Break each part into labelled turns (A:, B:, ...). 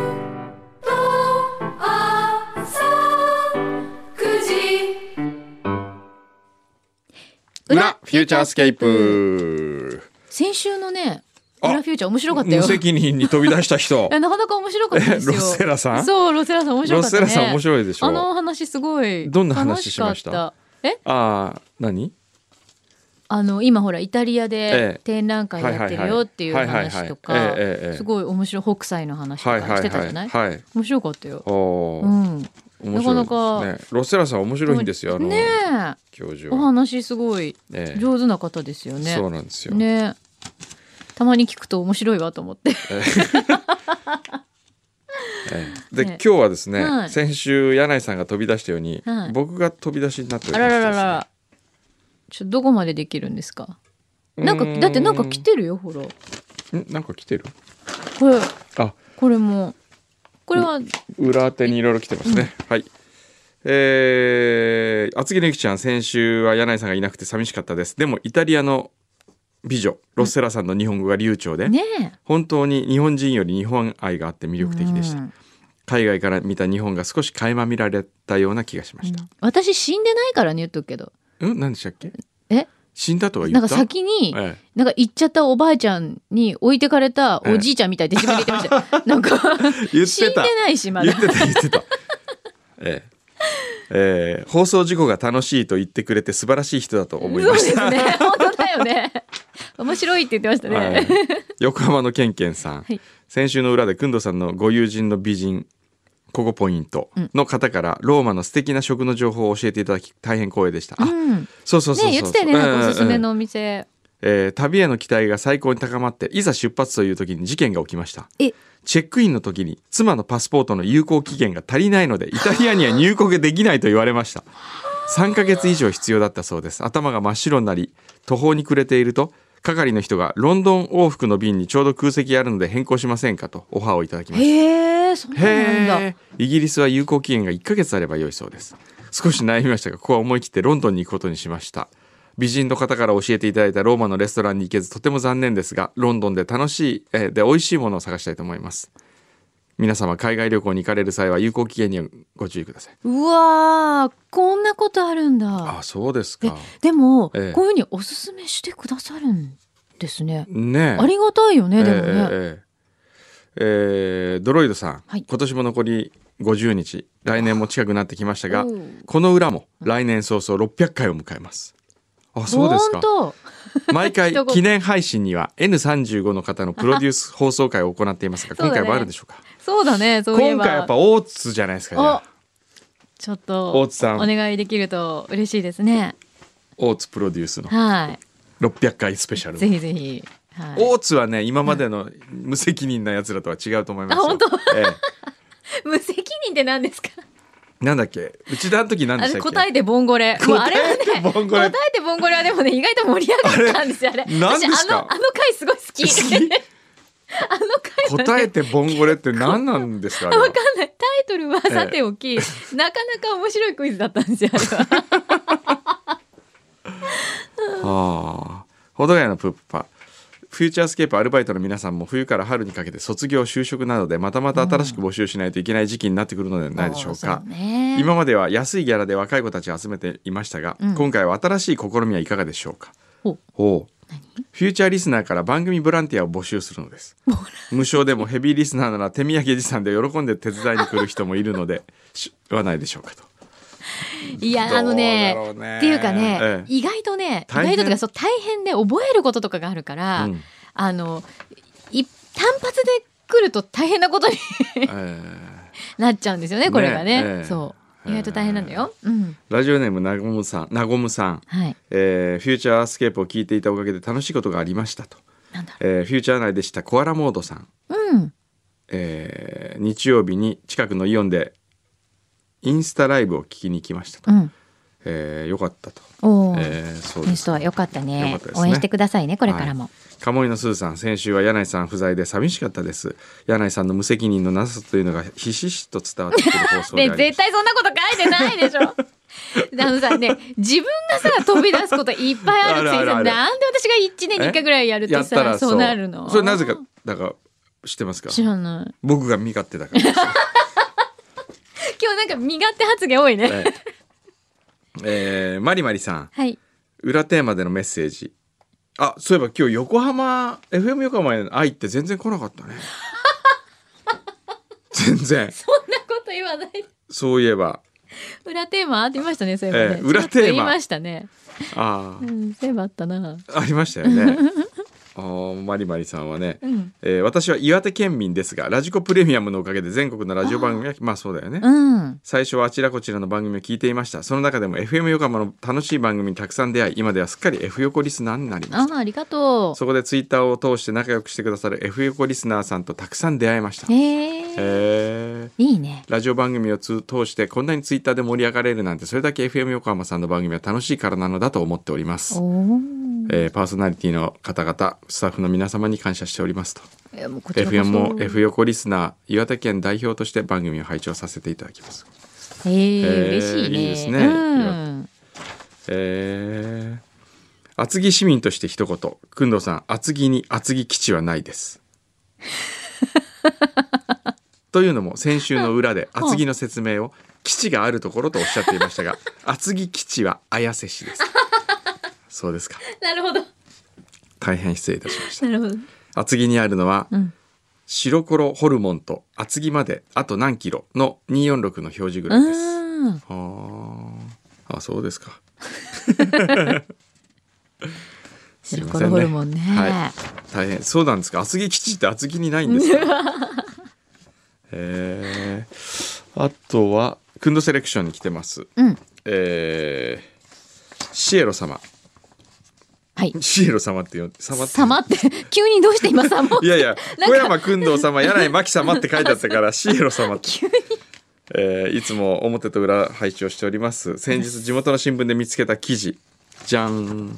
A: ル」「とあさ9時」
B: 裏フューチャースケープ
C: 先週のね
B: あ
C: 裏フューチャー面白かったよ
B: 無責任に飛び出した人
C: いやなかなか 面白かったですよ
B: ロッセラさん
C: そうロッセラさん面白
B: ロ
C: か
B: ス
C: った
B: セ
C: ね
B: ラさん面白いでしょ
C: あの話すごい
B: どんな話しました
C: 楽かったえ
B: ああ何
C: あの今ほらイタリア
B: え
C: で
B: え
C: 展覧会やってるよっていう
B: はいはいはい
C: 話と
B: はいはいは
C: か
B: いええええ
C: すごい面白い北斎の話と
B: はい
C: か
B: は
C: し
B: い
C: てたじ
B: は
C: ゃ
B: い
C: ない
B: はい
C: 面白かったよ
B: お
C: う
B: お
C: ん
B: ー、面白い
C: なか
B: で
C: な
B: すねロッセラさん面白いんですよあの、
C: ねえ
B: 教授
C: お
B: は、
C: 話すごい
B: ええ
C: 上手な方ですよね
B: そうなんですよ、
C: ねえたまに聞くと面白いわと思って
B: ええで、
C: ね
B: 今日はですね、
C: はい
B: 先週柳井さんが飛び出したように、
C: はい
B: 僕が飛び出しになっており
C: あ
B: ま
C: ら
B: し
C: ら
B: て
C: ら
B: ですね
C: ら。ちょっとどこまでできるんですか。なんか
B: うーん
C: だってなんか来てるよほら。
B: んなんか来てる
C: これ
B: あ
C: これもこれは
B: 裏手にいろいろ来てますね。はい。えー、厚木のゆきちゃん、先週は柳井さんがいなくて寂しかったです。でも、イタリアの美女、ロッセラさんの日本語が流暢で、
C: ね
B: 本当に日本人より日本愛があって魅
C: え。
B: 力的でし
C: う
B: た。
C: ん
B: 海外から見た日本が少し垣間見られたような気がしました。
C: 私死んでないからね言っとくけど。
B: うん、何でしたっけ
C: え
B: 死んだとは言
C: な
B: っ
C: ん
B: た
C: か先に
B: え
C: なんか行っちゃったおばあちゃんに置いてかれたおじいちゃんみたいで自分で言って ましたよ。なんか
B: え言っ
C: 死ん
B: て
C: で
B: た。
C: ないしま
B: 言
C: だ
B: っ。てた言って たええええ放送事故が楽しいと言ってくれて素晴らしい人だと
C: そう
B: 思いま
C: で
B: し
C: す
B: た、
C: ね。 本当だよね。面白いって言ってました
B: はい
C: ね。、
B: 横浜のけんけんさん、
C: はい
B: 先週の裏でくんどさんのご友人の美人ここポイントの方からローマの素敵な食の情報を教えていただき大変光栄でした、
C: う
B: あ
C: ん。ね
B: そうそうそうそう
C: 言ってたよねなんかおすすめのお店。
B: えー旅への期待が最高に高まっていざ出発という時に事件が起きました
C: え
B: チェックインの時に妻のパスポートの有効期限が足りないのでイタリアには入国できないと言われました3ヶ月以上必要だったそうです頭が真っ白になり途方に暮れていると係の人がロンドン往復の便にちょうど空席あるので変更しませんかとオファーをいただきました
C: へえそうなんだ。
B: へーイギリスは有効期限が1ヶ月あれば良いそうです少し悩みましたがここは思い切ってロンドンに行くことにしました美人の方から教えていただいたローマのレストランに行けずとても残念ですがロンドンで楽しい、えーで美味しいものを探したいと思います皆様海外旅行に行かれる際は有効期限にはご注意くださいう
C: わーこんなことあるんだ
B: あそうです
C: え
B: か
C: でも、
B: ええ
C: こういうふうにおすすめしてくださるんですね、
B: ねえ
C: ありがたいよねでもね、
B: えええええードロイドさん、
C: はい
B: 今年も残り50日来年も近くなってきましたが
C: おう
B: この裏も来年早々600回を迎えますあそうですか
C: 本
B: 毎回
C: 一言
B: 記念配信には N35 の方のプロデュース放送会を行っていますが
C: そう
B: 今
C: だね
B: 回もあるんでしょうか
C: 当そうだねそういえ
B: 今
C: ば
B: 回やっぱ大津じゃないですかじゃあ
C: おちょっと
B: 大津さん
C: お願いできると嬉しいですね
B: 大津プロデュースの
C: は
B: 600回スペシャ
C: い
B: ル
C: ぜひぜひはい
B: 大津はね今までの無責任なやつらとは違うと思いますよ
C: あ本当
B: え
C: 無責任って何ですか
B: えなんだっけ内田の時何
C: あ
B: でし
C: れ
B: たっけ
C: 答えてボンゴレ
B: 答えて
C: もうあれはね
B: ボンゴレ
C: 答えてボンゴレはでもね意外と盛り上がったんですよあれ
B: 何ですか
C: 私あのあの回すごい好 きあの回はね
B: 答えてボンゴレって何なんですかあれは
C: わかんないタイトルはさておき、なかなか面白いクイズだったんですよあれは
B: ああ。ほどがやのプッパ。フューチャースケープアルバイトの皆さんも冬から春にかけて卒業就職などでまたまた新しく募集しないといけない時期になってくるのではないでしょうか
C: そう。ね
B: 今までは安いギャラで若い子たちを集めていましたが、今回は新しい試みはいかがでしょうか
C: ほう
B: ほうフューチャーリスナーから番組ボランティアを募集するのです無償でもヘビーリスナーなら手土産持参で喜んで手伝いに来る人もいるのでしはないでしょうかと
C: いやあのね
B: どうだろうね
C: っていうかね、
B: ええ
C: 意外とね意
B: 大変
C: 外ととかそう大変で覚えることとかがあるから、
B: うん
C: あのい単発で来ると大変なことに
B: えー
C: なっちゃうんですよねこれがね
B: ねええ
C: そう意外と大変なんだよ、うん
B: ラジオネームなごむさんなごむさん
C: はい
B: えーフューチャースケープを聞いていたおかげで楽しいことがありましたと、
C: なんだろ
B: えーフューチャー内でしたコアラモードさん、
C: ううん
B: えー日曜日に近くのイオンでインスタライブを聞きに行きましたと、
C: うん。
B: えーよかったと、
C: おお。
B: えーそう
C: ニュ
B: で
C: ー
B: す
C: スは良かった
B: 良か
C: ね
B: ったですね
C: 応援してくださいね、これから
B: は
C: も。
B: い、鴨居のすーさん先週は柳井さん不在で寂しかったです柳井さんの無責任のなさというのがひしひしと伝わってくる放送であ
C: ね
B: ります
C: 絶対そんなこと書いてないで しょ。あのさね、自分がさ飛び出すこといっぱいあるくせに
B: あるあるあ
C: さ
B: る
C: なんで私が1年に1回ぐらいやると
B: やった
C: さ
B: ら
C: そうなるの
B: それなぜかだから知ってますか
C: 知らない
B: 僕が身勝手だから です
C: 今日なんか身勝手発言多いね、
B: はいえー、マリマリさん
C: はい
B: 裏テーマでのメッセージあそういえば今日横浜 FM 横浜への愛って全然来なかった ね全然
C: そんなこと言わない
B: そういえば
C: 裏テーマありましたねそういえばね、
B: ええ裏テーマ
C: ちょっと言いましたね、
B: あ
C: う
B: あ
C: ん、そういえばあったな
B: ありましたよ ねあーマリマリさんはね、
C: うん
B: えー私は岩手県民ですがラジコプレミアムのおかげで全国のラジオ番組はまあそうだよね、
C: うん
B: 最初はあちらこちらの番組を聞いていましたその中でも FM 横浜の楽しい番組にたくさん出会い今ではすっかり F 横リスナーになりま
C: あ
B: した
C: あありがと
B: そこでツイッターを通して仲良くしてくださる F 横リスナーさんとたくさん出会いました
C: うへえ
B: へー
C: いいね
B: ラジオ番組を通通してこんなにツイッターで盛り上がれるなんてそれだけ FM 横浜さんの番組は楽しいからなのだと思っております
C: おお
B: えーパーソナリティの方々スタッフの皆様に感謝しておりますと
C: えもうこちらこそ
B: FM も F 横リスナー岩手県代表として番組を拝聴させていただきます
C: へえ嬉しいね
B: いいですね
C: うん、
B: えー厚木市民として一言工藤さん厚木に厚木基地はないです というのも先週の裏で厚木の説明を基地があるところとおっしゃっていま したが厚木基地は綾瀬市ですそうですか
C: なるほど
B: 大変失礼いたしました
C: なるほど
B: 厚木にあるのは、
C: うん
B: 白黒ホルモンと厚木まであと何キロの246の表示ぐらいです。
C: うん
B: あーあ、そうですか。すい
C: シル
B: ま
C: コ
B: せん
C: ロホル
B: ね
C: モンね
B: は大変そうなんですか。厚木基地って厚木にないんです か。えー、あとはクンドセレクションに来てます。
C: うん
B: えーシエロ様、
C: はい
B: シエロ様ってよ、様って。
C: 様って急にどうして今様を
B: いやいや、
C: なん
B: 小
C: か
B: 山君堂様、柳井真紀様って書いてあったから、シエロ様って。えーいつも表と裏配置をしております。先日地元の新聞で見つけた記事。じゃん。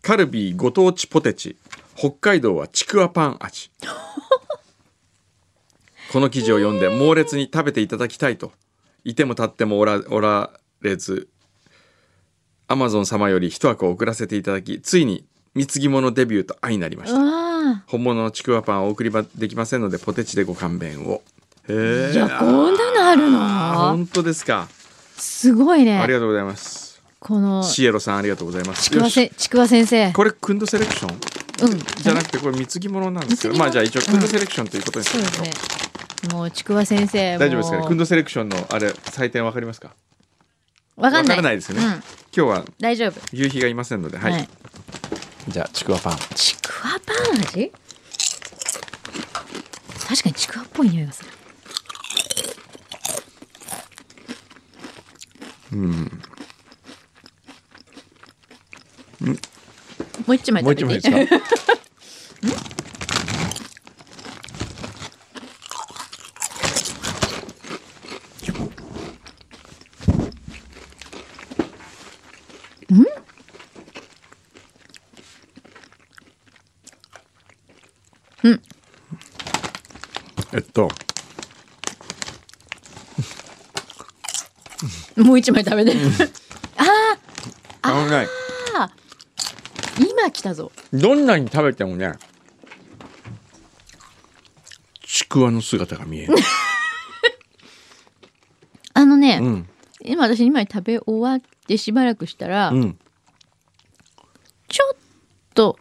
B: カルビーご当地ポテチ。北海道はちくわパン 味。この記事を読んで猛烈に食べていただきたいと。いても立ってもおらおられず、アマゾン様より一箱送らせていただき、ついに貢ぎ物デビューと相なりました。
C: あ
B: 本物のちくわパンをお送りばできませんのでポテチでご勘弁をへえ
C: いやこんなのある
B: あ
C: の
B: 本当ですか
C: すご
B: あ
C: い
B: り
C: ね
B: がとうございます
C: このち
B: シエロさんありがとうございます
C: くわ
B: よ
C: せ
B: し
C: ちくわ先生
B: これクンドセレクション
C: うん
B: じゃなくてこれ貢ぎ物なんですけど
C: 貢ぎ物
B: まあじゃあ一応クンドセレクションということにし
C: そう
B: ま
C: で
B: し
C: す
B: ょう
C: ねもうちくわ先生
B: 大丈夫ですかね
C: もう
B: クンドセレクションのあれ採点わかりますか
C: わかんな
B: わか
C: い
B: らないですよね
C: うん
B: 今日は
C: 大丈夫
B: 夕日がいませんのではい、
C: はい
B: じゃあちくわパン
C: ちくわパン味確かにちくわっぽい匂いがするうんもう一枚
B: もう
C: 食
B: 一
C: べ
B: 枚
C: ていい
B: ですかえっと
C: もう一枚食べて
B: あのね
C: 今来たぞ
B: どんなに食べてもねちくわの姿が見 える
C: あのね、
B: うん
C: 今私2枚食べ終わってしばらくしたら、
B: うん
C: ちょっと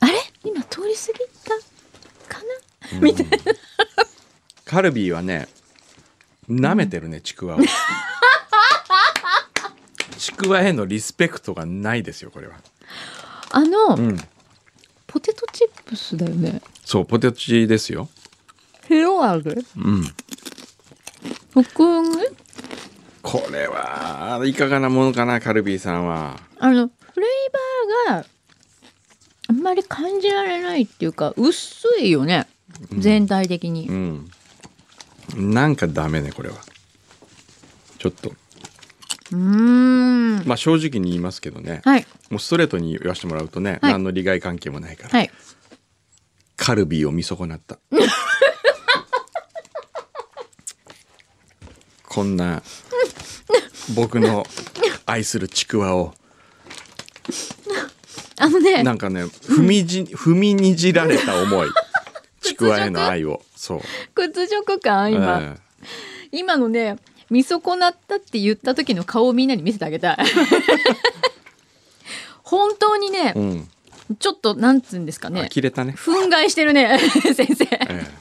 C: あれ今通り過ぎたかな、みたいな
B: カルビーはね舐めてるねちく わをちくわへのリスペクトがないですよこれは
C: あの、
B: うん
C: ポテトチップスだよね
B: そうポテチですよ
C: 広ある
B: うん
C: 僕ね
B: これはいかがなものかなカルビーさんは
C: あのフレーバーがあんまり感じられないっていうか薄いよね全体的に、
B: うんなんかダメねこれはちょっと
C: うーん
B: まあ正直に言いますけどね、
C: はい
B: もうストレートに言わせてもらうとね、
C: はい
B: 何の利害関係もないから、
C: はい
B: カルビーを見損な った。こんな僕の愛するちくわを
C: あのね
B: なんかね踏みじ踏みにじられた思 いちくわへの愛をそう
C: 屈辱感今、
B: え
C: 今のね見損なったって言った時の顔をみんなに見せてあげた い本当にね
B: え、うん
C: ちょっとなんつうんですかね
B: 呆れたね、
C: 憤慨してるね 先生
B: ええ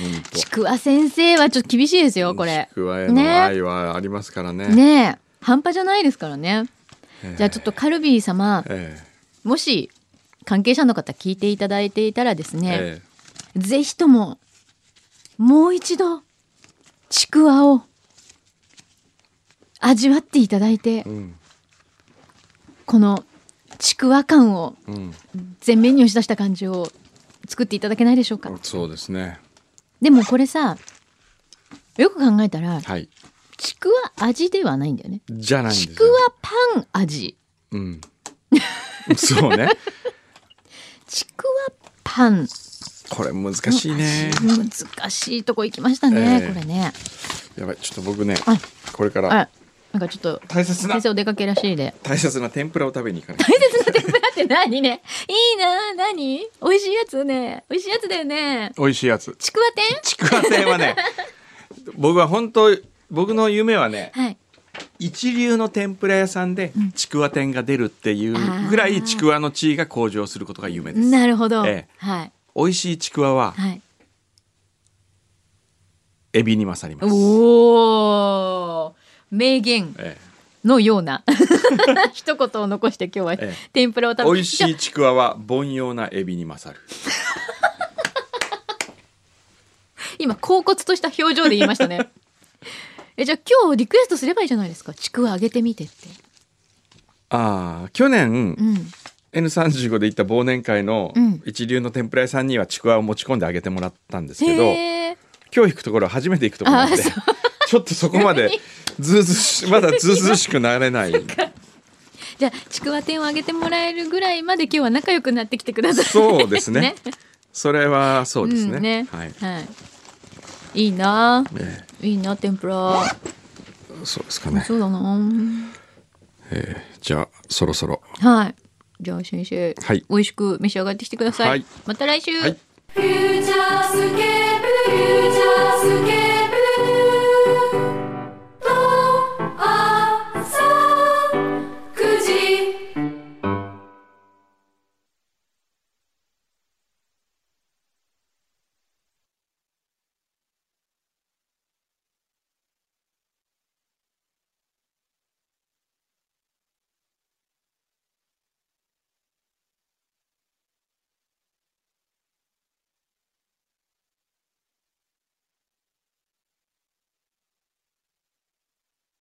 B: ほんと
C: ちくわ先生はちょっと厳しいですよこれ
B: ちくわへの愛はありますからね
C: ねえ半端じゃないですからね
B: ええ
C: じゃあちょっとカルビー様
B: え
C: もし関係者の方聞いていただいていたらです
B: え
C: ね、
B: え
C: ぜひとも、もう一度、ちくわを、味わっていただいて
B: え、うん
C: この、ちくわ感を、
B: うん
C: 全面に押し出した感じを作っていただけないでしょうか。
B: そうですね
C: でもこれさ、よく考えたら、
B: はい
C: ちくわ味ではないんだよね。
B: じゃないんです
C: ち
B: よ
C: くわパン味。
B: うん。 そうね。
C: ちくわパンの味。
B: これ難しいね。
C: 難しいとこ行きましたね、
B: ええ
C: これね。
B: やばい、ちょっと僕ね
C: はい、
B: これから
C: あ、なんかちょっと、
B: 大切な
C: 先生お出かけらしいで。
B: 大切な天ぷらを食べに行かない。
C: だって何ねいいな何美味しいやつね美味しいやつだよね
B: 美味しいやつ。
C: ちくわ店
B: ちくわ天はね、 僕は本当僕の夢はね、
C: はい
B: 一流の天ぷら屋さんでちくわ天が出るっていうぐら
C: あ
B: い
C: ー
B: ちくわの地位が向上することが夢です。
C: なるほど、
B: ええ
C: はい
B: 美味しいちくわは
C: はい
B: エビに勝ります。
C: おお名言
B: え
C: のよ うな一言を残して今日は
B: え
C: 天ぷらを食
B: え
C: べて
B: 美味しいちくわは凡庸なエビに勝る。
C: 今恍惚とした表情で言いました ねえじゃあ今日リクエストすればいいじゃないですかちくわあげてみてって
B: ああ、去年
C: う、ん
B: N35 で行った忘年会の
C: うん
B: 一流の天ぷら屋さんにはちくわを持ち込んであげてもらったんですけど、
C: へえ
B: 今日行くところは初めて行くところなんで
C: あそ
B: ちょっとそこま でずうずうしまだずうずうしくなれない
C: じゃあちくわ店をあげてもらえるぐらいまで今日は仲良くなってきてください
B: そうですねそれはそうですね,、
C: んね
B: はい、
C: い、いいなあ
B: え
C: いいな天ぷら
B: えそうですかね
C: そうだな
B: じゃあそろそろ
C: あはいじゃあ先生、
B: はい
C: 美味しく召し上がってきてください、
B: はい
C: また来週、
B: はい
A: フューチャースケープフューチャースケ